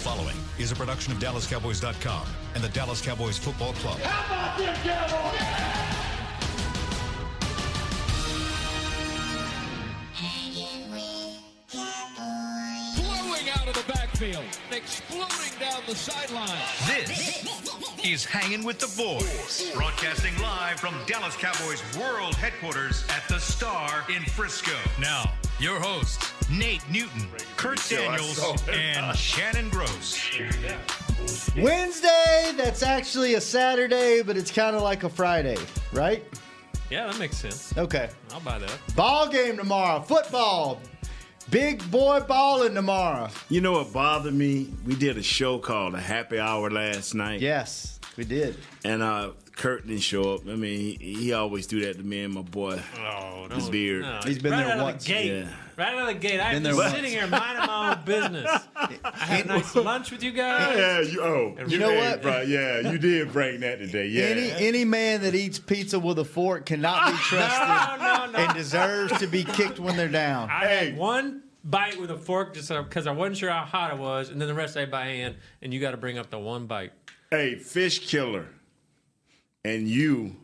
following is a production of DallasCowboys.com and the Dallas Cowboys Football Club. How about them Cowboys? blowing out of the backfield, exploding down the sideline. This is Hanging with the Boys, broadcasting live from Dallas Cowboys World Headquarters at the Star in Frisco. Now, your hosts, Nate Newton, Kurt Daniels, and Shannon Gross. Wednesday, that's actually a Saturday, but it's kind of like a Friday, right? Yeah, that makes sense. Okay. I'll buy that. Ball game tomorrow, football. Big boy balling tomorrow. You know what bothered me? We did a show called The Happy Hour last night. Yes, we did. And uh, Kurt didn't show up. I mean, he, he always do that to me and my boy. Oh, His beard. He's been right there out of once. The gate. Yeah. Right out of the gate. I'm Been there just once. sitting here minding my own business. I had a nice lunch with you guys. Yeah, you, oh, You know did, what? bro. yeah, you did bring that today. Yeah. Any any man that eats pizza with a fork cannot be trusted No, no, no. and deserves to be kicked when they're down. I Hey. had one bite with a fork just because I wasn't sure how hot it was, and then the rest I ate by hand, and you got to bring up the one bite. hey, fish killer, and you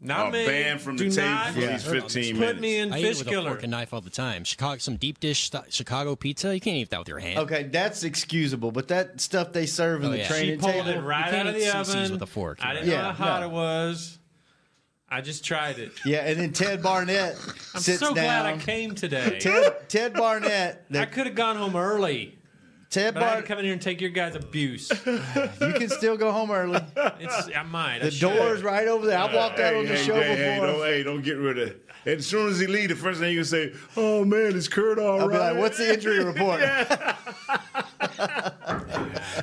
Not are me. banned from Do the table not for these 15 Put minutes. me in I eat it fish with a killer. fork and knife all the time. Chicago, some deep dish st- Chicago pizza. You can't eat that with your hand. Okay, that's excusable, but that stuff they serve in Oh, the yeah. She training pulled it table. right can't out of eat the CC's oven with a fork, I didn't right? know Yeah, how hot no. it was. I just tried it. Yeah, and then Ted Barnett I'm sits so glad I down. came today. Ted, Ted Barnett, I the, could have gone home early, Ted but I had to Barnett, come in here and take your guys' abuse. you can still go home early. It's, I might. I The should. door's right over there. I walked out Uh, Hey, on the hey, show hey, hey, before. don't, hey, don't get rid of it. As soon as he leave, the first thing you say, oh man, is Kurt all I'll be right?" like, what's the injury report?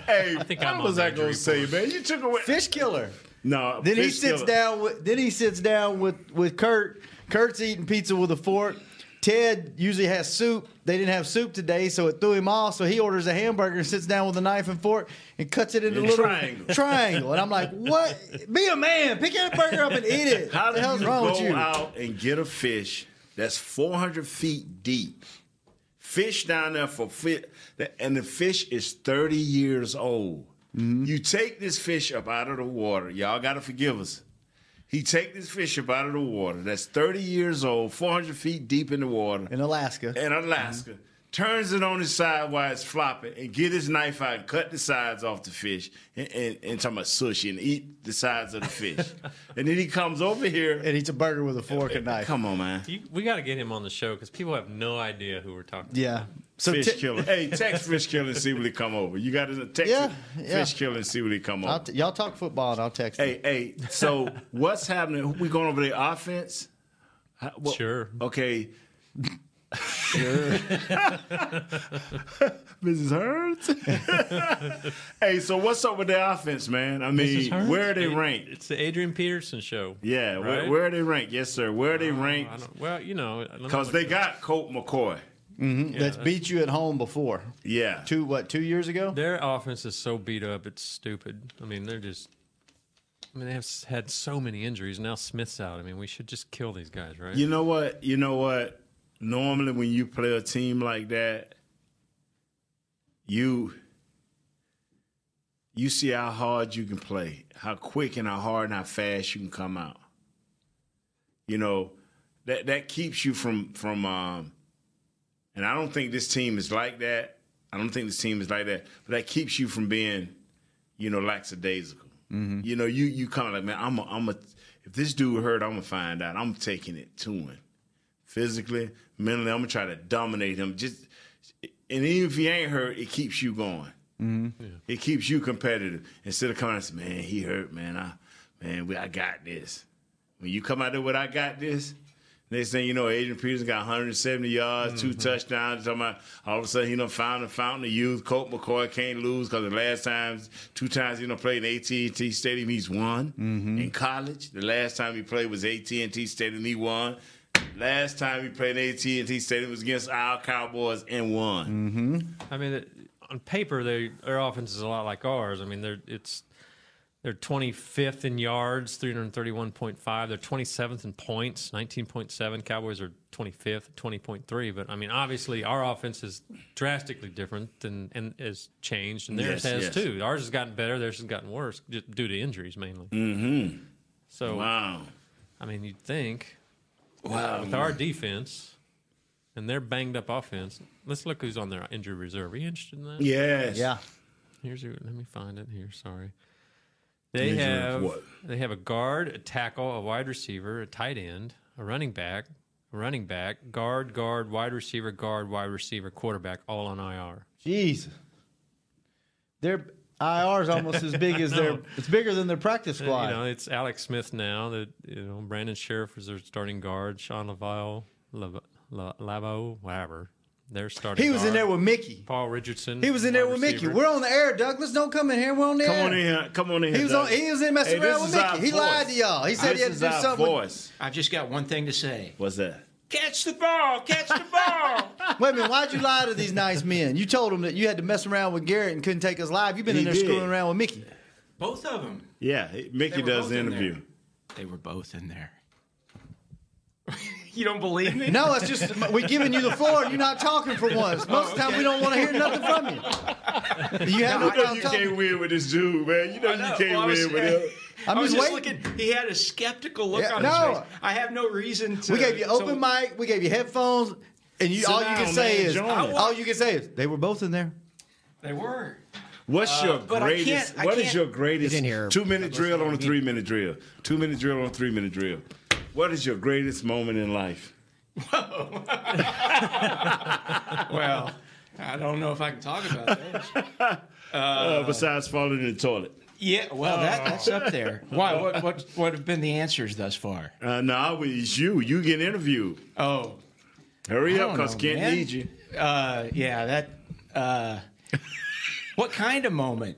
hey, think what I'm on was the I gonna injury say, man? You took away. Fish killer. No, Then he fish sits killer. down with then he sits down with with Kurt. Kurt's eating pizza with a fork. Ted usually has soup. They didn't have soup today, so it threw him off. So he orders a hamburger and sits down with a knife and fork and cuts it into In a little triangle. triangle. And I'm like, what? Be a man. Pick that burger up and eat it. How the the hell's you wrong go with you? out and get a fish that's 400 feet deep? Fish down there for fit, and the fish is 30 years old. Mm-hmm. You take this fish up out of the water. Y'all got to forgive us. He take this fish up out of the water that's 30 years old, 400 feet deep in the water In Alaska. Mm-hmm. in Alaska, turns it on his side while it's flopping, and get his knife out and cut the sides off the fish, and, and, and talking about sushi and eat the sides of the fish. and then he comes over here. And eats a burger with a fork and knife. Come on, man. You- we got to get him on the show because people have no idea who we're talking. Yeah. So Fish Ted- killer. Hey, text fish killer and see when he come over. You got to text Yeah, yeah. fish killer and see when he come over. I'll t- y'all talk football and I'll text him. hey, hey. So what's happening? We going over the offense? How- About. what- Sure. Okay. Mrs. Hurts. hey, so what's up with the offense, man? I mean, where are they It- ranked? It's the Adrian Peterson show. Yeah, where, Right? where are they ranked? Yes, sir. Where are they I ranked? don't, well, you know, I don't know Because what- they got Colt McCoy. Mm-hmm. That's beat you at home before. Yeah. Two what? Two years ago? their offense is so beat up, it's stupid. I mean, they're just. I mean, they have s- had so many injuries. Now Smith's out. I mean, we should just kill these guys, right? You know what? You know what? Normally, when you play a team like that, you you see how hard you can play, how quick and how hard and how fast you can come out. You know that that keeps you from from. Um, and I don't think this team is like that. I don't think this team is like that. But that keeps you from being, you know, lackadaisical. You know, you you kind of like, man, I'm a, I'm a. If this dude hurt, I'm gonna find out. I'm taking it to him, physically, mentally. I'm gonna try to dominate him. Just, and even if he ain't hurt, it keeps you going. It keeps you competitive instead of coming out and saying, man, he hurt, man. I, man, we, I got this. When you come out there with I got this, next thing you know, Adrian Peterson got 170 yards, two touchdowns. Talking about all of a sudden he done found the fountain of youth. Colt McCoy can't lose because the last times, two times he done played in AT&T Stadium, he's won. In college, the last time he played was AT&T Stadium, he won. Last time he played in AT&T Stadium was against our Cowboys and won. Mm-hmm. I mean, it, on paper, they, their offense is a lot like ours. I mean, they're it's They're 25th in yards, 331.5. They're 27th in points, 19.7. Cowboys are 25th, 20.3. But I mean, obviously, our offense is drastically different than and has changed, and theirs Yes, has yes. too. Ours has gotten better, theirs has gotten worse just due to injuries mainly. Mm-hmm. So Wow. I mean, you'd think Wow. with our defense and their banged up offense, let's look who's on their injury reserve. Are you interested in that? Yes. Yeah. Here's your, let me find it here. Sorry. They Injury of have what? they have a guard, a tackle, a wide receiver, a tight end, a running back, a running back, guard, guard, wide receiver, guard, wide receiver, quarterback, all on IR. Jeez. Their IR is almost as big as their. It's bigger than their practice And, squad. Uh, You know, it's Alex Smith now. That you know, Brandon Sheriff is their starting guard. Sean Laville, Lav- La- Lavo, whatever. They're starting. he was in guard. there with Mickey. Paul Richardson. He was in there wide with Mickey. receiver. We're on the air, Douglas. Don't come in here. We're on the Come air. on in here. Come on in here. He was on. Doug. He was in messing Hey, around this with is our Mickey. He lied to voice. y'all. He said this he had to is do our something. with- voice. I've just got one thing to say. What's that? Catch the ball! Catch the ball! Wait a minute. Why'd you lie to these nice men? You told them that you had to mess around with Garrett and couldn't take us live. You've been in He there did. screwing around with Mickey. both of them. Yeah, Mickey were does both the in there. interview. They were both in there. you don't believe me? No, it's just we're giving you the floor. and You're not talking for once. Most of the time, we don't want to hear nothing from you. You have no, I know problem You talking. can't win with this dude, man. You know, I know. you can't Well, I was- win with him. I'm I was just just waiting. looking. He had a skeptical look Yeah, on no. his face. I have no reason to. We gave you open so- mic. We gave you headphones, and you Sit all you down, can say man. is Join it. all you can say is they were both in there. They were. What's your Uh, but I can't- greatest? I What is can't- your greatest You didn't hear- two minute drill on a three minute drill? Two minute drill on a three minute drill. What is your greatest moment in life? Well, I don't know if I can talk about that. Uh, besides falling in the toilet. yeah, well, that, that's up there. Why? What? What? What have been the answers thus far? Uh, no, it's you. You get interviewed. Oh, Hurry I up, don't cause know, Kent man. needs you. uh, yeah. That. Uh, what kind of moment?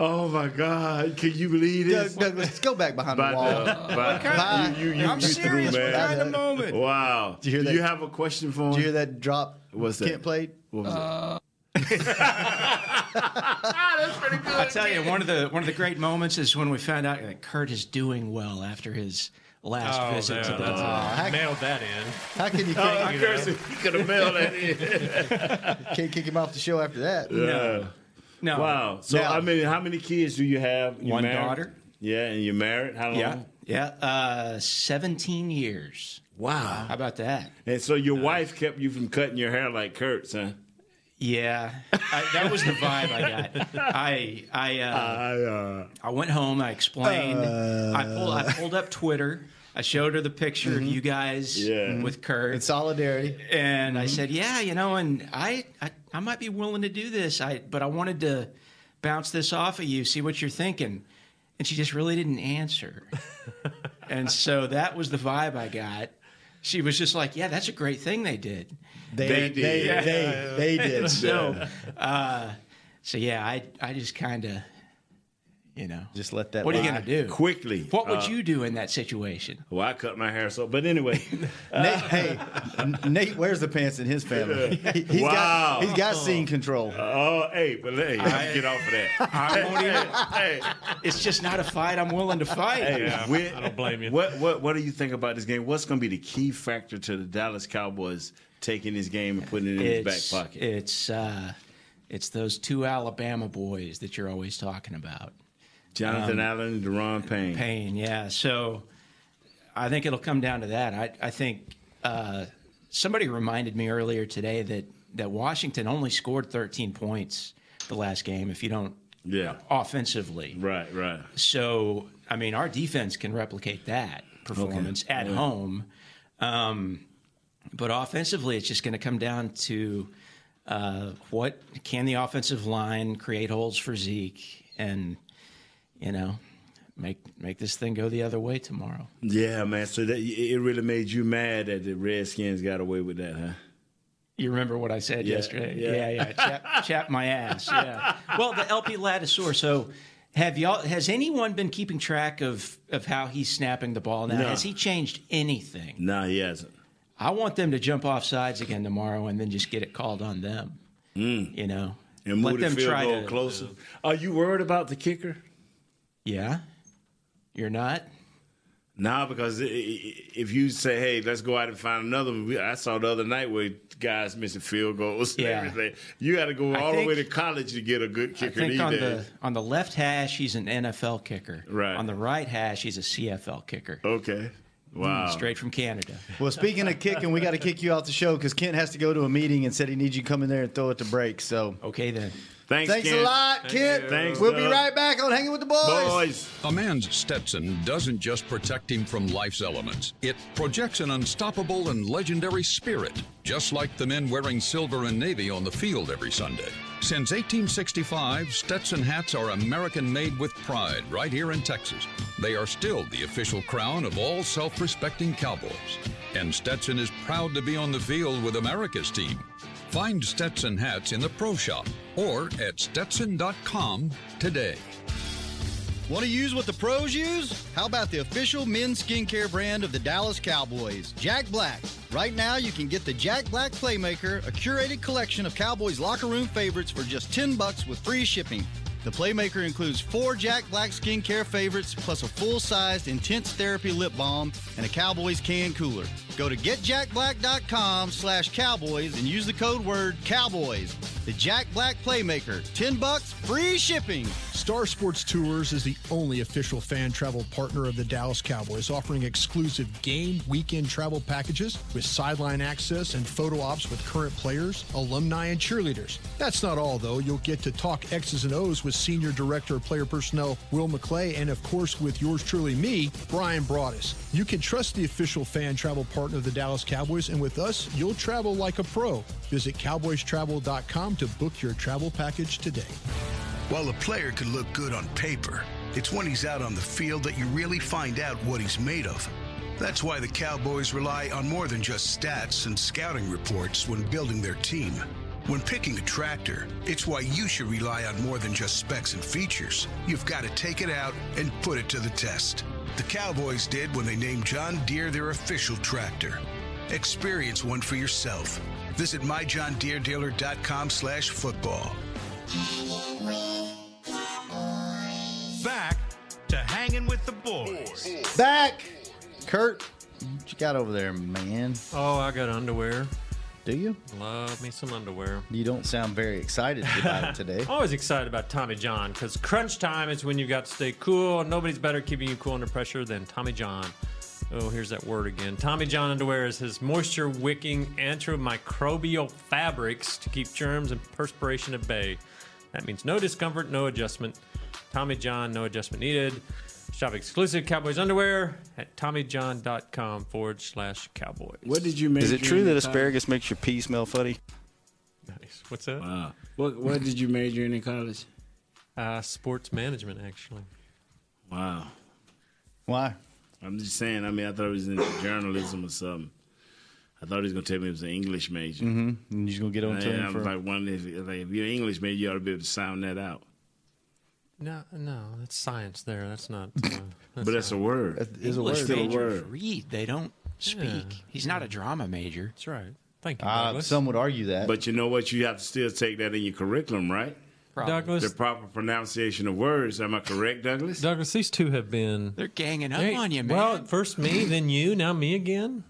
Oh my God! Can you believe Doug, this? Doug, let's go back behind By the wall. the, by, kind- uh, you, you, you, I'm you serious. through, What kind man. of moment? Wow. Do you hear that? have a question for him? Did you hear that drop? What's that? Kent played. Uh, What was that? I tell you, one of the one of the great moments is when we found out that Kurt is doing well after his last Oh, visit there, to the that's- heck. nailed that in. How can you kick, Oh, I cursed it. You could have mailed that in. can't kick him off the show after that? Yeah. No. Wow. So Now- I mean, how many kids do you have? You One daughter. Yeah, and you're married. How long? Yeah. Yeah. Uh, 17 years. Wow. How about that? And so Uh, your wife kept you from cutting your hair like Kurt's, huh? Yeah. I, that was the vibe I got. I I uh, I, uh, I went home. I explained. I pulled I pulled up Twitter. I showed her the picture of you guys Yeah. with Kurt. Mm-hmm. In solidarity. Mm-hmm. and I said, "Yeah, you know, and I, I, I might be willing to do this. I, but I wanted to bounce this off of you, see what you're thinking." And she just really didn't answer. and so that was the vibe I got. She was just like, "Yeah, that's a great thing they did." They, They did. They, Yeah. they, they did. So, uh, so yeah, I, I just kind of, you know, Just let that. what are you lie. gonna do? quickly. What would Uh, you do in that situation? Well, I cut my hair so. But anyway, uh, Nate, hey, N- Nate wears the pants in his family. He, has Wow. got he's got scene control. oh hey, but hey, I get off of that. I won't even. hey, It's just not a fight I'm willing to fight. hey, we- I don't blame you. What what what do you think about this game? What's going to be the key factor to the Dallas Cowboys taking this game and putting it in his back pocket? It's uh, it's those two Alabama boys that you're always talking about. Um, Jonathan Allen and Deron Payne. Payne, yeah. So I think it'll come down to that. I, I think uh, somebody reminded me earlier today that that Washington only scored 13 points the last game. If you don't Yeah. offensively, Right, right. so I mean, our defense can replicate that performance at home, um, but offensively, it's just going to come down to uh, what can the offensive line create holes for Zeke, and you know, make make this thing go the other way tomorrow. Yeah, man. So that it it really made you mad that the Redskins got away with that, huh? You remember what I said Yeah, yesterday? yeah. Yeah, yeah. Chap, chap my ass. Yeah. Well, the LP Latisaur. So, have y'all? Has anyone been keeping track of of how he's snapping the ball now? No. Has he changed anything? No, he hasn't. I want them to jump off sides again tomorrow and then just get it called on them. You know, Mm. And move the field goal closer. Are you worried about the kicker? Yeah. You're not? Nah, because i- i- i- if you say, "Hey, let's go out and find another," one, we- I saw the other night where guys missing field goals and Yeah. everything. You got to go I all the way to think- college to get a good I kicker these think on the days. on the left hash he's an NFL kicker. Right. On the right hash he's a CFL kicker. Mm, Okay, wow. Straight from Canada. Well, speaking of kicking, we got to kick you off the show because Kent has to go to a meeting and said he needs you to come in there and throw it to break. So Okay then. Thanks, thanks a Ken. lot, Kent. Thanks, We'll be Doug. right back on Hanging with the boys. A man's Stetson doesn't just protect him from life's elements, it projects an unstoppable and legendary spirit, just like the men wearing silver and navy on the field every Sunday. Since 1865, Stetson hats are American made with pride right here in Texas. They are still the official crown of all self respecting cowboys. And Stetson is proud to be on the field with America's team. Find Stetson hats in the pro shop or at stetson.com today. Want to use what the pros use? How about the official men's skincare brand of the Dallas Cowboys, Jack Black? Right now, you can get the Jack Black Playmaker, a curated collection of Cowboys locker room favorites for just 10 bucks with free shipping. The Playmaker includes four Jack Black skincare favorites, plus a full-sized intense therapy lip balm and a Cowboys can cooler. Go to getjackblack.com slash cowboys and use the code word cowboys. The Jack Black Playmaker, 10 bucks, free shipping. Star Sports Tours is the only official fan travel partner of the Dallas Cowboys, offering exclusive game weekend travel packages with sideline access and photo ops with current players, alumni, and cheerleaders. That's not all, though. You'll get to talk X's and O's with Senior Director of Player Personnel Will McClay, and of course, with yours truly, me, Brian Broaddus. You can trust the official fan travel partner of the Dallas Cowboys, and with us, you'll travel like a pro. Visit cowboystravel.com to book your travel package today. While a player can look good on paper, it's when he's out on the field that you really find out what he's made of. That's why the Cowboys rely on more than just stats and scouting reports when building their team. When picking a tractor, it's why you should rely on more than just specs and features. You've got to take it out and put it to the test. The Cowboys did when they named John Deere their official tractor. Experience one for yourself. Visit myjohndeerdealer.com slash football. Back to hanging with the boys. Back, Kurt. What you got over there, man? Oh, I got underwear. Do you? Love me some underwear. You don't sound very excited about it today. I'm always excited about Tommy John because crunch time is when you've got to stay cool, and nobody's better at keeping you cool under pressure than Tommy John. Oh, here's that word again. Tommy John underwear is his moisture wicking antimicrobial fabrics to keep germs and perspiration at bay. That means no discomfort, no adjustment. Tommy John, no adjustment needed. Shop exclusive Cowboys underwear at TommyJohn.com forward slash Cowboys. What did you make? Is it during true the that time? asparagus makes your pee smell funny? Nice. What's that? Wow. What What did you major in in college? Uh, sports management, actually. Wow. Why? I'm just saying. I mean, I thought it was in journalism or something. I thought he was gonna tell me it was an English major. Mm-hmm. You just Mm-hmm. gonna get on to And him I'm for? like, one if, like, if you're an English major, you ought to be able to sound that out. No, no, that's science. There, that's not. Uh, that's But that's a word. is a English word. still a majors word. read. They don't speak. Uh-huh. He's not a drama major. That's right. Thank you, Uh, Douglas. some would argue that. But you know what? You have to still take that in your curriculum, right? Douglas, The proper pronunciation of words. Am I correct, Douglas? Douglas, these two have been. They're ganging up Hey, on you, man. Well, first me, then you, now me again.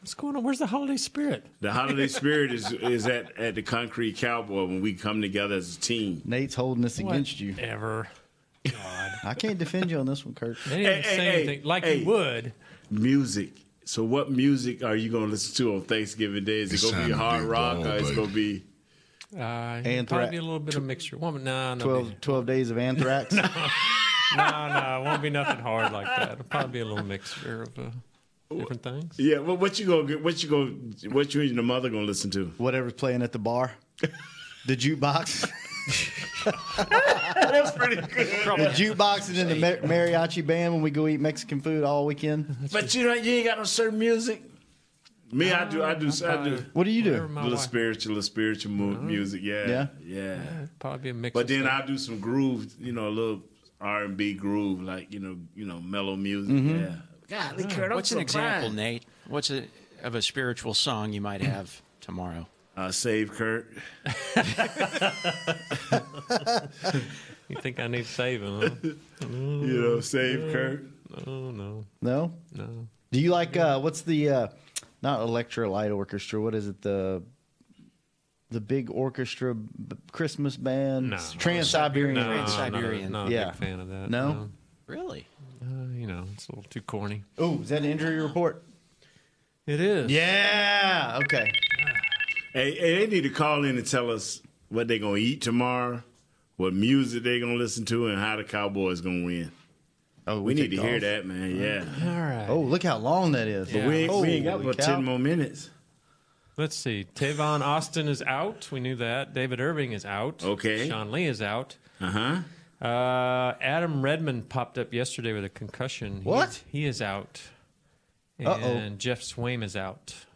What's going on? Where's the holiday spirit? The holiday spirit is is at, at the Concrete Cowboy when we come together as a team. Nate's holding this against you. Ever. I can't defend you on this one, Kurt. They hey, didn't say hey, anything like hey. you would. Music. So, what music are you going to listen to on Thanksgiving Day? Is it It's going to be time to hard be rock bold, or it's baby. going to be? Uh, Anthrax. probably be a little bit of mixture. Won't, no, no, 12, 12 days of anthrax. no, no, it won't be nothing hard like that. It'll probably be a little mixture of uh, different things. Yeah. What, what you going? to What you going? to What you and your mother going to listen to? Whatever's playing at the bar, the jukebox, That's pretty good. the jukebox, and then the ma- mariachi band when we go eat Mexican food all weekend. But you know, you ain't got no certain music. Me, I do. I do. I do. What do you Uh, do? Whatever my little wife- Uh-huh. spiritual, little spiritual mu- music. Yeah, Yeah? yeah, Probably be a mix. But of then stuff. I do some groove, you know, a little R and B groove, like you know, you know, mellow music. Mm-hmm. Yeah. Golly, Kurt, I'm What's an surprised. example, Nate? What's a, of a spiritual song you might have tomorrow? Uh, save Kurt. You think I need saving? Huh? You know, save Kurt. Oh no, No. no. Do you like uh, what's the uh, not Electra Light Orchestra? What is it? The the big orchestra b- Christmas band, No. Trans Siberian, No, Trans-Siberian. not a- not a yeah. big fan of that, No, no. Really? Uh, you know, it's a little too corny. oh, is that an injury report? It is. Yeah. Okay. Hey, hey, they need to call in and tell us what they're gonna eat tomorrow, what music they're gonna listen to, and how the Cowboys gonna win. Oh, we, we need to take hear calls? that, man. Yeah, All right. Oh, look how long that is. but we ain't, we ain't got Holy but cow. ten more minutes. Let's see. Tavon Austin is out. We knew that. David Irving is out. Okay. Sean Lee is out. Uh Uh-huh. huh. Uh, Adam Redmond popped up yesterday with a concussion. He- What? He, is out. Uh-oh. And Jeff Swaim is out.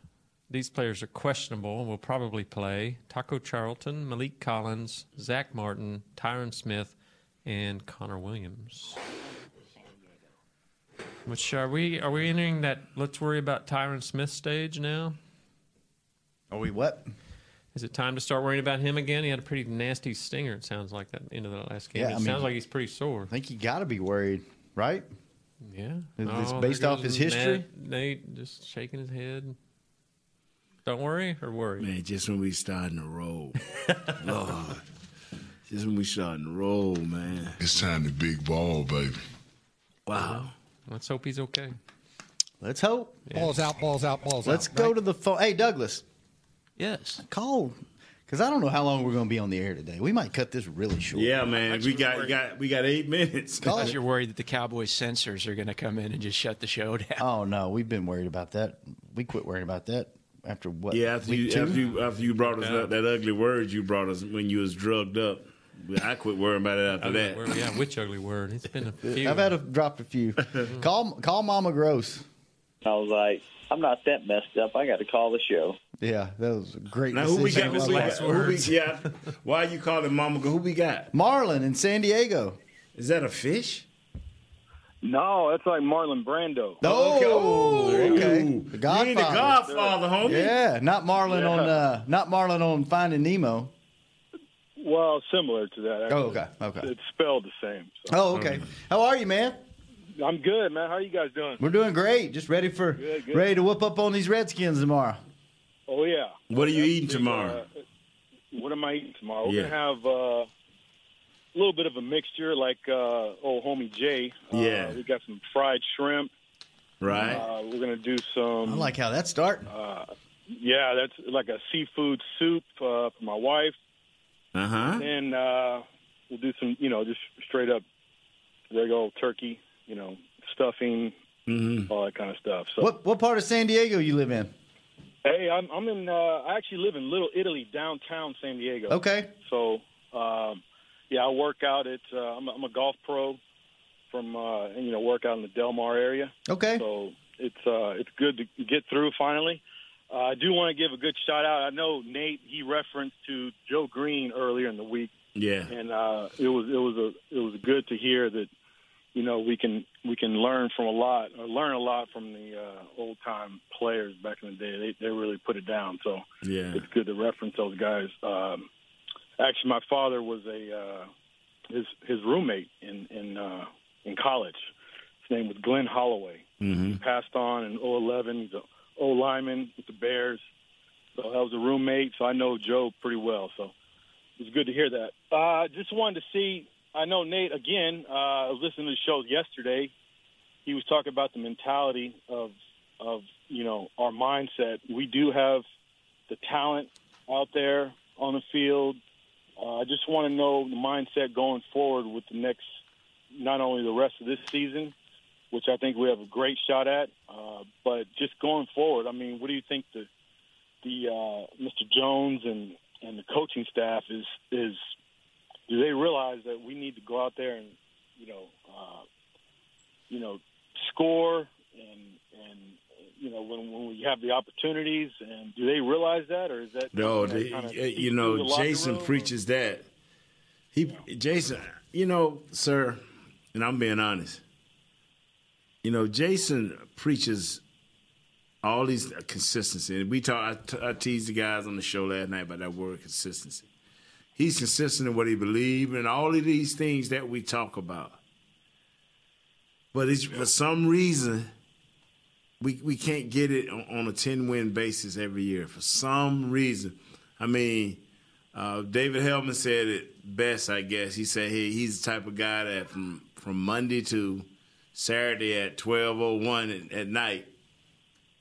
These players are questionable and will probably play. Taco Charlton, Malik Collins, Zach Martin, Tyron Smith, and Connor Williams. Which are we are we entering that let's worry about Tyron Smith stage now? Are we what? Is it time to start worrying about him again? He had a pretty nasty stinger, it sounds like, that end of the last game. Yeah, it I mean- sounds like he's pretty sore. I think you got to be worried, right? Yeah. Is this there based off his goes history? Nate, oh, Nate just shaking his head. Don't worry or worry. Man, just when we starting to roll, Lord, just when we starting to roll, man. It's time to big ball, baby. Wow. Let's hope he's okay. Let's hope. Balls out, balls out, balls Let's out. go to the phone. Hey, Douglas, Yes. call because I don't know how long we're going to be on the air today. We might cut this really short. Yeah, man. We got got we got eight minutes. Call Because you're worried that the Cowboys censors are going to come in and just shut the show down. Oh no, we've been worried about that. We quit worrying about that after what? Yeah, after week you, two? after you after you brought us up that ugly word you brought us when you was drugged up, I quit worrying about it after Ugly that. word. Yeah, which ugly word? It's been a few. I've had a, dropped a few. call call Mama Gross. I was like, I'm not that messed up. I got to call the show. Yeah, that was a great. Now who we got? decision. Who we got? Who we, yeah. Why you calling Mama? Go. Who we got? Marlon in San Diego. Is that a fish? No, that's like Marlon Brando. Oh, okay. Ooh. The You ain't the Godfather. Godfather, homie. Yeah, not Marlon Yeah. on uh, not Marlon on Finding Nemo. Well, similar to that. Oh, actually. okay, okay. It's spelled the same. Oh, okay. How are you, man? So. I'm good, man. How are you guys doing? We're doing great. Just ready for Good, good. ready to whoop up on these Redskins tomorrow. Oh yeah. What are you eating Actually, tomorrow? uh, what am I eating tomorrow? We're Yeah. gonna have uh, a little bit of a mixture, like uh, old homie Jay. Uh, Yeah. We got some fried shrimp. Right. Uh, we're gonna do I some. uh, like how that's starting. yeah, that's like a seafood soup uh, for my wife. Uh huh. Then uh, we'll do some, you know, just straight up regular old turkey, you know, stuffing, Mm-hmm. all that kind of stuff. So, What what part of San Diego you live in? hey, I'm, I'm in. Uh, I actually live in Little Italy, downtown San Diego. Okay. So, um, yeah, I work out at. Uh, I'm, a- I'm a golf pro from, uh, and, you know, work out in the Del Mar area. Okay. So it's uh, it's good to get through finally. Uh, I do want to give a good shout out. I know Nate he referenced to Joe Green earlier in the week, Yeah. and uh, it was it was a it was good to hear that you know we can we can learn from a lot or learn a lot from the uh, old time players back in the day. They they really put it down. So Yeah. it's good to reference those guys. Um, actually, my father was a uh, his his roommate in in uh, in college. His name was Glenn Holloway. Mm-hmm. He passed on in 011. He's a O lineman with the Bears. So I was a roommate, so I know Joe pretty well. So it was good to hear that. Uh, just wanted to see. I know Nate again. Uh, I was listening to the show yesterday. He was talking about the mentality of of you know our mindset. We do have the talent out there on the field. Uh, I just want to know the mindset going forward with the next, not only the rest of this season, which I think we have a great shot at, uh, but just going forward. I mean, what do you think the the uh, Mr. Jones and and the coaching staff is is do they realize that we need to go out there and you know uh, you know score and and you know when when we have the opportunities and do they realize that or is that No, something that they, eh, kinda seeps you through the know, locker Jason room, or- preaches that. He, Jason, you know, sir, and I'm being honest. You know, Jason preaches all these uh, consistency. And we talk. I, t- I teased the guys on the show last night about that word consistency. He's consistent in what he believes and all of these things that we talk about. But it's, for some reason, we we can't get it on, on a ten win basis every year for some reason. I mean, uh, David Hellman said it best, I guess. He said he he's the type of guy that from from Monday to Saturday at twelve oh one at night,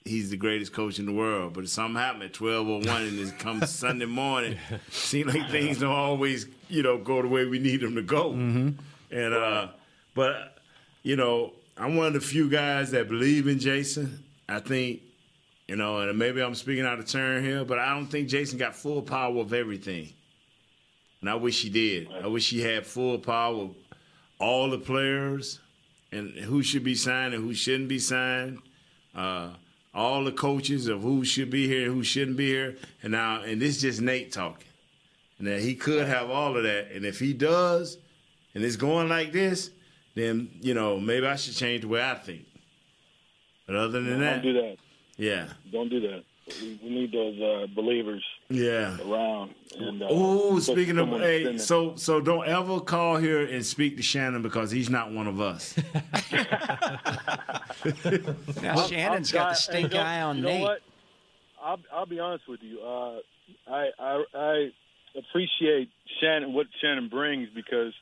he's the greatest coach in the world. But if something happened at twelve oh one and it comes Sunday morning, seems like things don't always you know go the way we need them to go. And uh, but you know, I'm one of the few guys that believe in Jason. I think, you know, and maybe I'm speaking out of turn here, but I don't think Jason got full power of everything. And I wish he did. I wish he had full power of all the players and who should be signed and who shouldn't be signed. Uh, all the coaches of who should be here and who shouldn't be here. And now, and this is just Nate talking. And that he could have all of that. And if he does, and it's going like this, then you know maybe I should change the way I think. But other than Don't that, do that. yeah, Don't do that. We, we need those uh, believers yeah. around. And, uh, Oh, put speaking of someone in hey, there. so so don't ever call here and speak to Shannon because he's not one of us. Now Shannon's got the stink don't- eye on you know Nate. What? I'll, I'll be honest with you. Uh, I, I I appreciate Shannon what Shannon brings because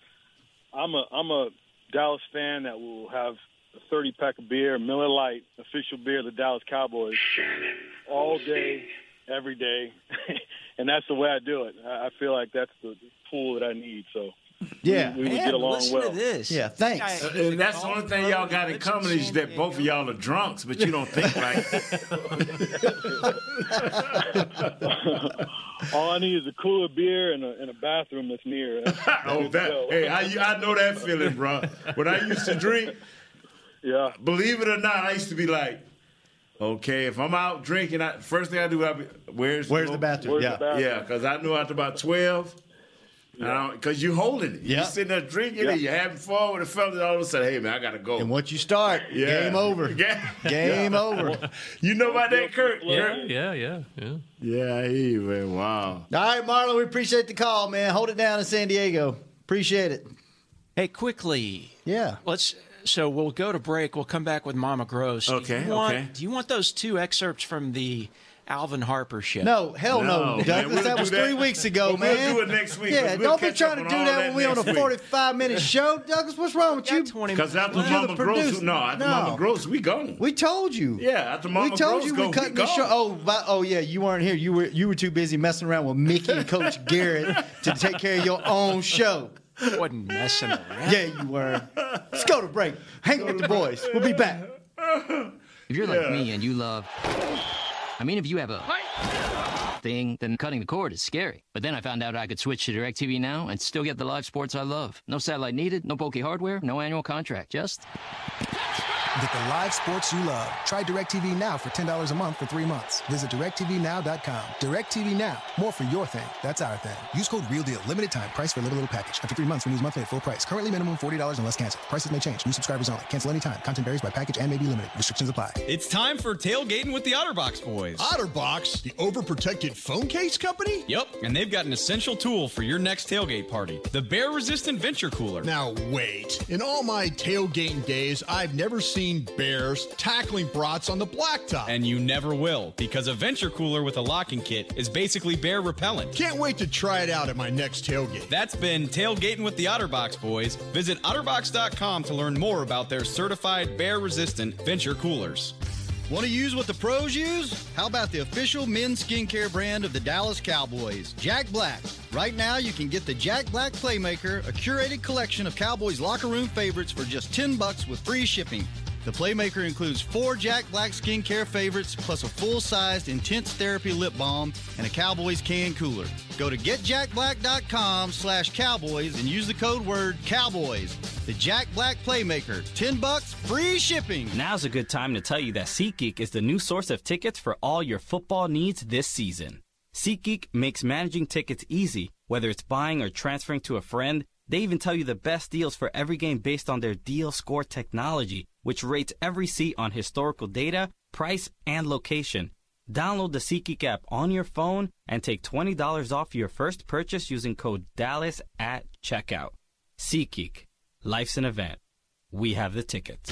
I'm a I'm a Dallas fan that will have a 30 pack of beer, Miller Lite, official beer, of the Dallas Cowboys, all day, every day, and that's the way I do it. I, I feel like that's the pool that I need. So Yeah. we, we would get along well. Yeah, thanks. Uh, and that's the only thing y'all got in common is that both of y'all are drunks, but you don't think like. All I need is a cooler beer and a, and a bathroom that's near. oh, that, hey, I, I know that feeling, bro. When I used to drink, yeah, believe it or not, I used to be like, okay, if I'm out drinking, I, first thing I do, I be, where's Where's the bathroom? Where's the yeah, bathroom? yeah, because I knew after about twelve. Because you're holding it. Yeah. You're sitting there drinking Yeah. it. You're having fun with the fellas. All of a sudden, hey, man, I got to go. And once you start, Yeah. game over. Yeah. Game Yeah. over. You know about that, Kurt? Yeah, yeah, yeah, yeah. Yeah, I hear you, man. Wow. All right, Marlon, we appreciate the call, man. Hold it down in San Diego. Appreciate it. Hey, quickly. Yeah. Let's. So we'll go to break. We'll come back with Mama Gross. Okay. Do you want, okay. Do you want those two excerpts from the Alvin Harper show? No, hell no, Douglas. that was three weeks ago, man. Yeah, don't be trying to do that, when we on a 45 minute show. Douglas, what's wrong with you? Because after You're the Mama Gross, producer. no, after Mama Gross, we gone. We told you. Yeah, after Mama we told Gross you go, we cut we the gone. show. Oh, but, oh yeah, you weren't here. You were you were too busy messing around with Mickey and Coach Garrett to take care of your own show. Wasn't messing around. Yeah, you were. Let's go to break. Hang with the boys. We'll be back. If you're like Yeah. me and you love. I mean, if you have a thing, then cutting the cord is scary. But then I found out I could switch to DirecTV Now and still get the live sports I love. No satellite needed, no bulky hardware, no annual contract, just. Get the live sports you love. Try DirecTV Now for $10 a month for three months. Visit DirecTVNow.com. DirecTV Now. More for your thing. That's our thing. Use code REALDEAL. Limited time. Price for little, little package. After three months, renews monthly at full price. Currently minimum $40 unless canceled. Prices may change. New subscribers only. Cancel anytime. Content varies by package and may be limited. Restrictions apply. It's time for tailgating with the Otterbox boys. Otterbox, the overprotected phone case company? Yep, and they've got an essential tool for your next tailgate party the bear resistant venture cooler. Now, wait. In all my tailgating days, I've never seen bears tackling brats on the blacktop. And you never will, because a venture cooler with a locking kit is basically bear repellent. Can't wait to try it out at my next tailgate. That's been Tailgating with the Otterbox Boys. Visit Otterbox.com to learn more about their certified bear resistant venture coolers. Want to use what the pros use? How about the official men's skincare brand of the Dallas Cowboys, Jack Black? Right now, you can get the Jack Black Playmaker, a curated collection of Cowboys locker room favorites for just 10 bucks with free shipping. The Playmaker includes four Jack Black skincare favorites plus a full-sized intense therapy lip balm and a Cowboys can cooler. Go to getjackblack.com slash cowboys and use the code word cowboys. The Jack Black Playmaker, 10 bucks, free shipping. Now's a good time to tell you that SeatGeek is the new source of tickets for all your football needs this season. SeatGeek makes managing tickets easy, whether it's buying or transferring to a friend. They even tell you the best deals for every game based on their deal score technology, which rates every seat on historical data, price, and location. Download the SeatGeek app on your phone and take $20 off your first purchase using code DALLAS at checkout. SeatGeek, life's an event. We have the tickets.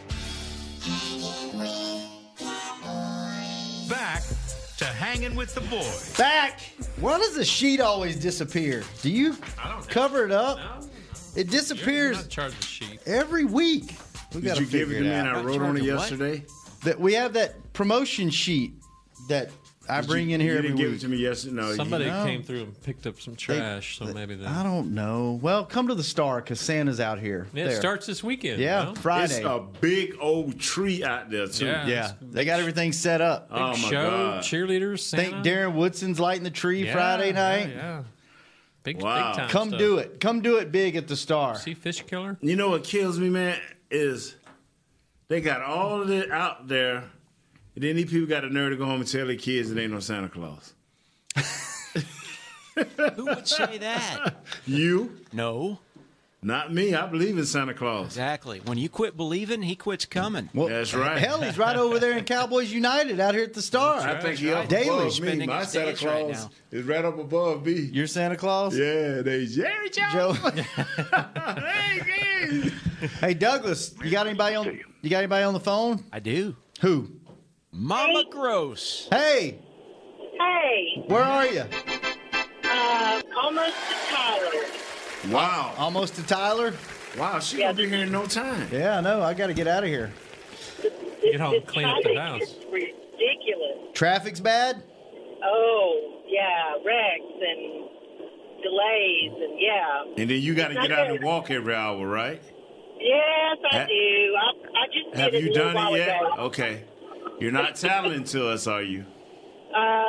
Back to hanging with the boys. Back. Why does the sheet always disappear? Do you cover it up? It disappears Charge the sheet. every week. We Did got to you give figure it to it me and out. I wrote on it yesterday? That we have that promotion sheet that I Did bring you- in here you every didn't week. give it to me yesterday? No, you- Somebody No. came through and picked up some trash, so maybe they. I don't know. Well, come to the star because Santa's out here. Yeah, it There. starts this weekend. Yeah, you know? Friday. It's a big old tree out there too. yeah, they got everything set up. Big Oh, my show, God. cheerleaders. Think Darren Woodson's lighting the tree Yeah, Friday yeah, night. yeah. Big, Wow. big time. Come stuff. do it. Come do it big at the star. See Fish Killer? You know what kills me, man, is they got all of it out there, and then these people got the nerve to go home and tell their kids it ain't no Santa Claus. Who would say that? You? No. Not me. I believe in Santa Claus. Exactly. When you quit believing, he quits coming. That's right. Hell, he's right over there in Cowboys United out here at the Star. I think he up daily. above me. My Santa Claus is right up above me. Your Santa Claus? Yeah, they Jerry Joe. hey Douglas, you got anybody on? You got anybody on the phone? I do. Who? Mama Gross. Hey, Hey, where are you? uh, almost to Tyler. Wow, almost to Tyler. Wow, she gonna be here in no time. Yeah, I know. I got to get out of here. Get home, clean up the Traffic house. is ridiculous. Traffic's bad. Oh, yeah, wrecks and delays and yeah. And then you got to get out and walk every hour, right? Yes, I Ha- do. I, I just did Have it a you little done while it yet? ago. Okay. You're not tattling to us, are you? Uh,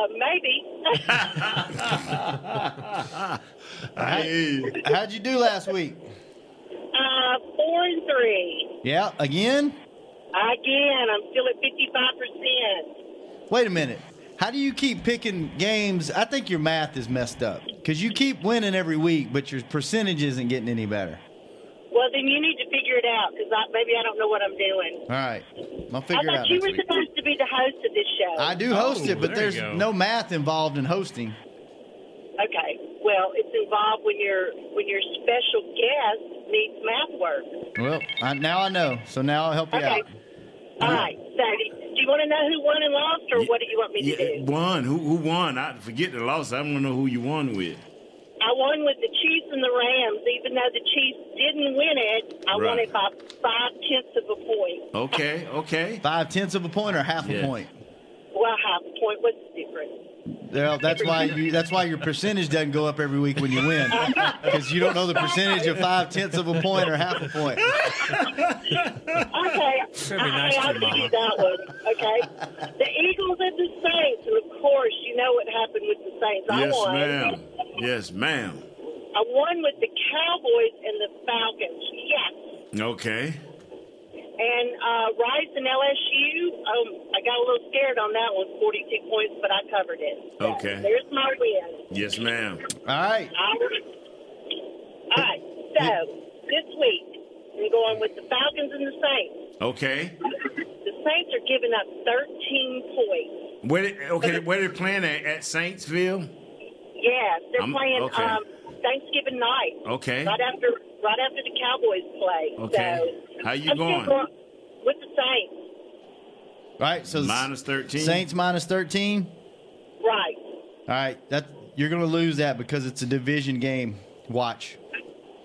maybe. Hey. How'd you do last week? uh, four and three. Yeah, again. Again, I'm still at 55%. Wait a minute. How do you keep picking games? I think your math is messed up because you keep winning every week, but your percentage isn't getting any better. Well, then you need to figure it out because I, maybe I don't know what I'm doing. All right, I'll I figure it thought out. you next were week. supposed to be the host of this show. I do host Oh, it, but there you there's go. no math involved in hosting. Okay. Well, it's involved when your when your special guest needs math work. Well, I, now I know. So now I'll help you Okay. out. All right. So, do you want to know who won and lost, or what do you want me to do? Won. Who, who won? I forget the loss. I don't know who you won with. I won with the Chiefs and the Rams, even though the Chiefs didn't win it. I won Right. it by five tenths of a point. Okay, okay. Five tenths of a point or half a point. Well, half a point. What's the difference? Well, that's why you, that's why your percentage doesn't go up every week when you win because you don't know the percentage of five tenths of a point or half a point. Okay. That'd be I, nice to I'll you, give Mama. you that one. Okay. the Eagles and the Saints, and of course, you know what happened with the Saints. I Yes, won. ma'am. Yes, ma'am. I won with the Cowboys and the Falcons. Yes. Okay. And uh, Rice and LSU, um, I got a little scared on that one, 42 points, but I covered it. So, Okay. There's my win. Yes, ma'am. All right. All right. All right. So, this week, I'm going with the Falcons and the Saints. Okay. The Saints are giving up 13 points. Where did, okay, where they playing at? At Saintsville? Yes, they're I'm- playing okay. um, Thanksgiving night. Okay. Right after, right after the Cowboys play. Okay. So, How you I'm still going? With the Saints. All right. So the Minus 13. Saints minus thirteen. Right. All right. That you're gonna lose that because it's a division game. Watch.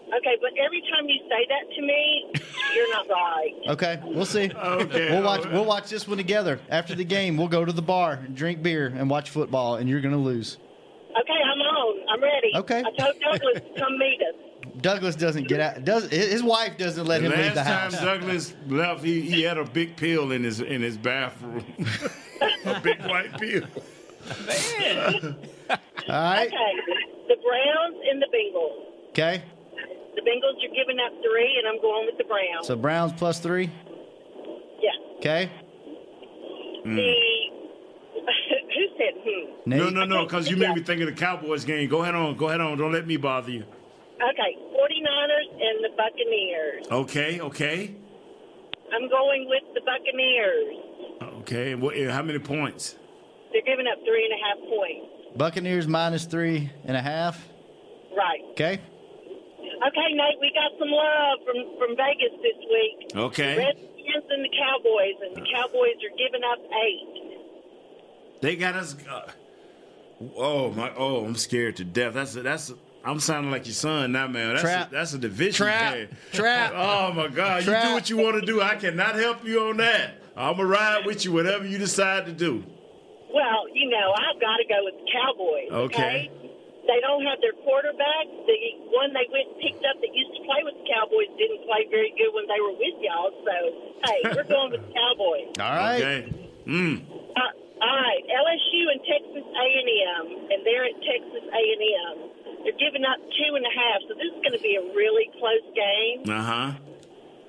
Okay, but every time you say that to me, you're not right. Okay. We'll see. Okay. We'll watch. We'll watch this one together after the game. We'll go to the bar, and drink beer, and watch football, and you're gonna lose. Okay, I'm on. I'm ready. Okay. I told Douglas to come meet us. Douglas doesn't get out. Does his wife doesn't let him Last leave the house? time Douglas left, he, he had a big pill in his in his bathroom. a big white pill. All right. Okay. The Browns and the Bengals. Okay. The Bengals, you're giving up three, and I'm going with the Browns. So Browns plus three. Yeah. Okay. The who said hmm? Hmm. No, no, no, because you made me think of the Cowboys game. Go ahead on. Go ahead on. Don't let me bother you. Okay, 49ers and the Buccaneers. Okay, okay, I'm going with the Buccaneers. okay. What, how many points? They're giving up three and a half points. Buccaneers minus three and a half. Right. Okay. Okay, Nate, we got some love from, from Vegas this week. The Okay. Redskins and the Cowboys, and the Cowboys are giving up eight. They got us. Uh, oh my! Oh, I'm scared to death. That's a, that's. A, I'm sounding like your son now, man. That's Trap. A, that's a division. Trap. game. Trap. Oh my God! You Trap. do what you want to do. I cannot help you on that. I'm gonna ride with you, whatever you decide to do. Well, you know, I've got to go with the Cowboys. Okay. They don't have their quarterback. The one they went and picked up that used to play with the Cowboys didn't play very good when they were with y'all. So, hey, we're going with the Cowboys. All right. Okay. Mm. Uh, all right, LSU and Texas A&M, and they're at Texas A&M. They're giving up two and a half, so this is going to be a really close game. Uh huh.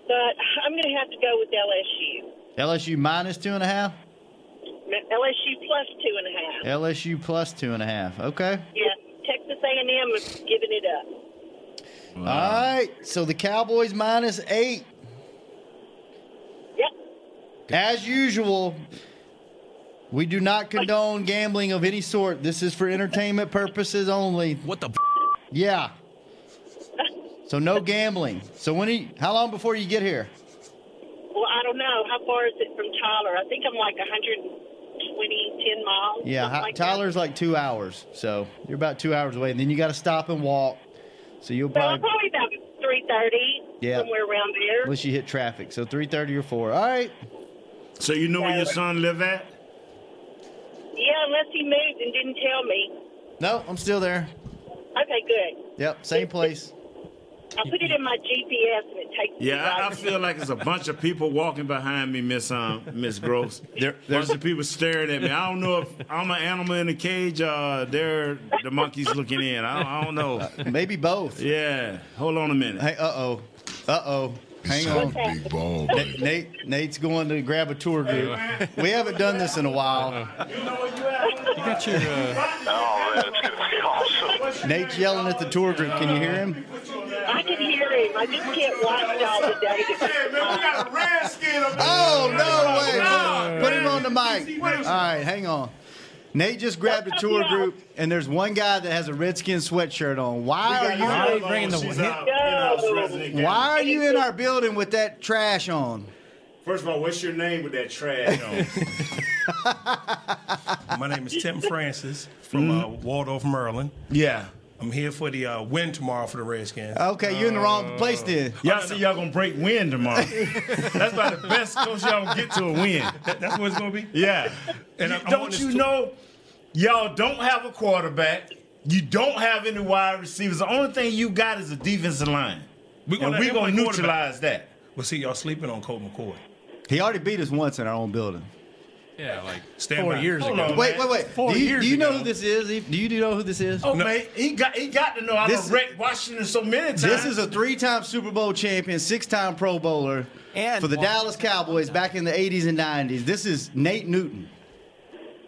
But I'm going to have to go with LSU. LSU minus two and a half. LSU plus two and a half. LSU plus two and a half. Okay. Yeah, Texas A&M is giving it up. All right. So the Cowboys minus eight. Yep. As usual, we do not condone gambling of any sort. This is for entertainment purposes only. What the? Yeah. So no gambling. So when? He, how long before you get here? Well, I don't know. How far is it from Tyler? I think I'm like 120, 10 miles. Yeah, something hi- like that. Tyler's like two hours, so you're about two hours away, and then you got to stop and walk. So you'll So I'm probably probably about 3.30, Yeah. somewhere around there. unless you hit traffic. So three thirty or four. All right. So you know where your son live at? Yeah, unless he moved and didn't tell me. No, I'm still there. Okay, good. Yep, same place. I put it in my GPS and it takes me Yeah, I, right. I feel like it's a bunch of people walking behind me, Miss um, Miss Gross. There, there's bunch of people staring at me. I don't know if I'm an animal in a cage. Uh, they're the monkeys looking in. I don't, I don't know. Maybe both. Yeah. Hold on a minute. Hey, uh oh, uh oh. Hang on. Big ball. Nate, Nate- Nate's going to grab a tour group. We haven't done this in a while. You got your. Uh, Nate's yelling at the tour group. Can you hear him? I can hear him. I just can't watch y'all today. hey, man, we got a redskin up Oh no way! Put him on the mic. All right, hang on. Nate just grabbed a tour group, and there's one guy that has a redskin sweatshirt on. Why We are got you? Why are you bringing the- She's out. In-house resident gal. Why are you in our building with that trash on? First of all, what's your name with that trash on? My name is Tim Francis from uh, Waldorf, Maryland. Mm-hmm. Yeah. I'm here for the uh, win tomorrow for the Redskins. Okay, you're in the wrong place then. Y'all see y'all gonna break wind tomorrow. Uh, That's about the best coach y'all gonna get to a win. That- that's what it's gonna be. Yeah. And You- I- I'm on don't this you tour- know? Y'all don't have a quarterback. You don't have any wide receivers. The only thing you got is a defensive line. We and gonna- we're and gonna play quarterback. neutralize that. Well, see, y'all sleeping on Colt McCoy. He already beat us once in our own building. Yeah, like stand Four by. years Hold ago. on, Wait, man. wait, wait. Four Do you- years do you know ago. who this is? Do you know who this is? Oh man, he got he got to know I've This- wrecked Washington so many times. This is a three-time Super Bowl champion, six-time Pro Bowler And for the one- Dallas Cowboys back in the '80s and '90s. This is Nate Newton.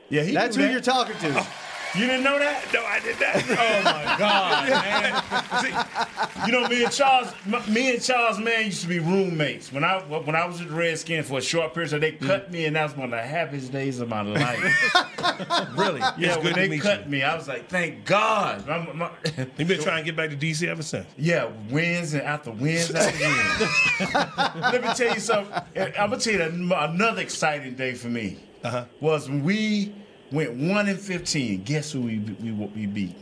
Yeah, he That's knew who that. you're talking to. You didn't know that? No, I did not. Oh my God, man! See, you know, me and Charles, m- me and Charles, man, used to be roommates. When I when I was with the Redskins for a short period, so they Mm. cut me, and that was one of the happiest days of my life. Really? Yeah, when they cut me, I was like, thank God. You've been trying to get back to DC ever since. Yeah, wins and after wins after wins. Let me tell you something. Eh, I'm gonna tell you an- another exciting day for me uh-huh. was when we went one and fifteen. Guess who we we, we beat?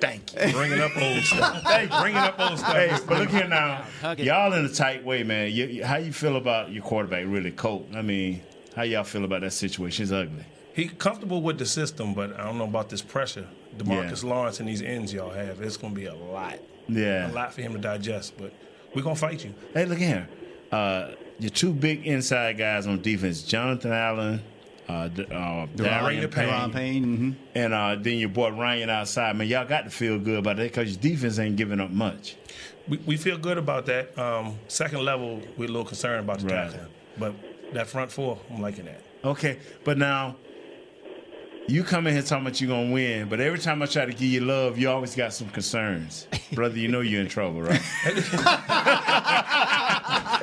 Thank you. Bringing up old stuff. Thank you. Bringing up old stuff. Hey, but look here now. Hug it. Y'all in a tight way, man. You, you- how you feel about your quarterback, really, Colt? I mean, how y'all feel about that situation? It's ugly. He comfortable with the system, but I don't know about this pressure. Demarcus Lawrence and these ends y'all have. It's gonna be a lot. Yeah. A lot for him to digest, but we're gonna fight you. Hey, look here. Uh, your two big inside guys on defense, Jonathan Allen uh, d- uh, Deron- Darren Payne, Deron and uh, then your boy Ryan outside. Man, y'all got to feel good about that because your defense ain't giving up much. We, we feel good about that. Um, second level, we're a little concerned about the Right. tackling, but that front four, I'm liking that. Okay, but now you come in here talking about you gonna win, but every time I try to give you love, you always got some concerns, brother. You know you're in trouble, right?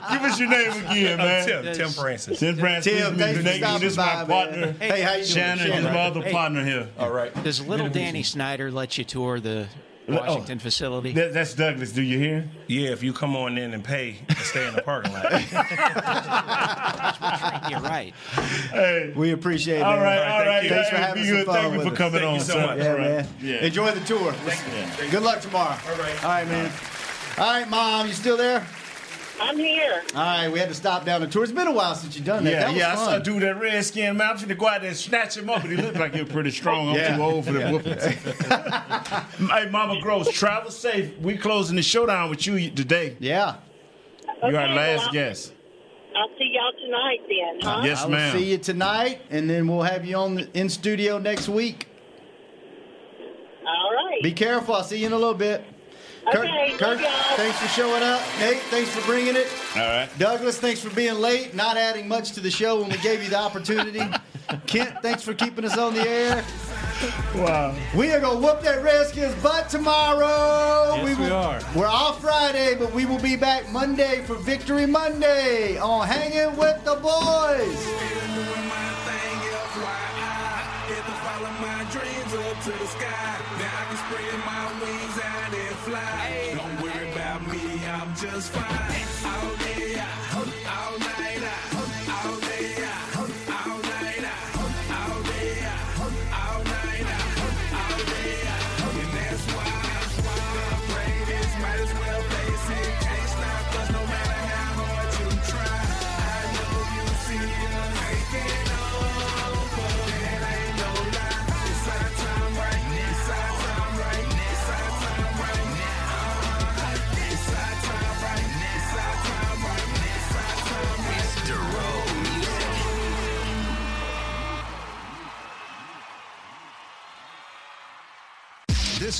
Give us your name again, man. Tim, Tim Francis. Tim Francis. Tim, Mr. thanks for Nate, stopping this is my by, partner. man. Hey, how you doing? Shannon, Shannon. is my other Hey. partner here. All right. Does little Been a Danny Snyder let you tour the Oh. Washington facility? that's Douglas. Do you hear? Yeah, if you come on in and pay and stay in the parking lot. You're right. Hey. We appreciate it. All right, man. all right, Thanks for guys. having Be some good. fun Thank you with for us. coming Thank on, you so son. much, Yeah, all right. man. Yeah. Enjoy the tour. Good luck tomorrow. All right. All right, man. All right, Mom, you still there? I'm here. All right, we had to stop down the tour. It's been a while since you've done that. Yeah, that was yeah. I fun. saw a dude that red skin man. I'm finna go out there and snatch him up, but he looked like he was pretty strong. I'm Yeah. too old for the Yeah. whoopings. hey, Mama Gross, travel safe. We closing the showdown with you today. Yeah. you Okay, our well, last I- guest. I'll see y'all tonight then, huh? Yes, I will ma'am. see you tonight, and then we'll have you on the, in studio next week. All right. Be careful. I'll see you in a little bit. Okay, love Kurt, y'all. thanks for showing up. Nate, thanks for bringing it. All right. Douglas, thanks for being late, not adding much to the show when we gave you the opportunity. Kent, thanks for keeping us on the air. Wow. We are going to whoop that Redskins butt tomorrow. Yes, we will- are. We're off Friday, but we will be back Monday for Victory Monday on Hanging with the Boys. Follow my dreams up to the sky. Now I can spread my wings out and fly. Don't worry about me, I'm just fine. All day, out, all night, out, all day, out, all night, out, all day, out, all night, out, all day, out. And that's why, that's why I pray this might as well face it. Can't stop us no matter how hard you try. I know you see us taking over. That ain't no lie. It's our time right now. It's our time right now. It's our time right now. Uh-huh. It's our time right now. It's our time right now. It's our time right now. It's the road music. This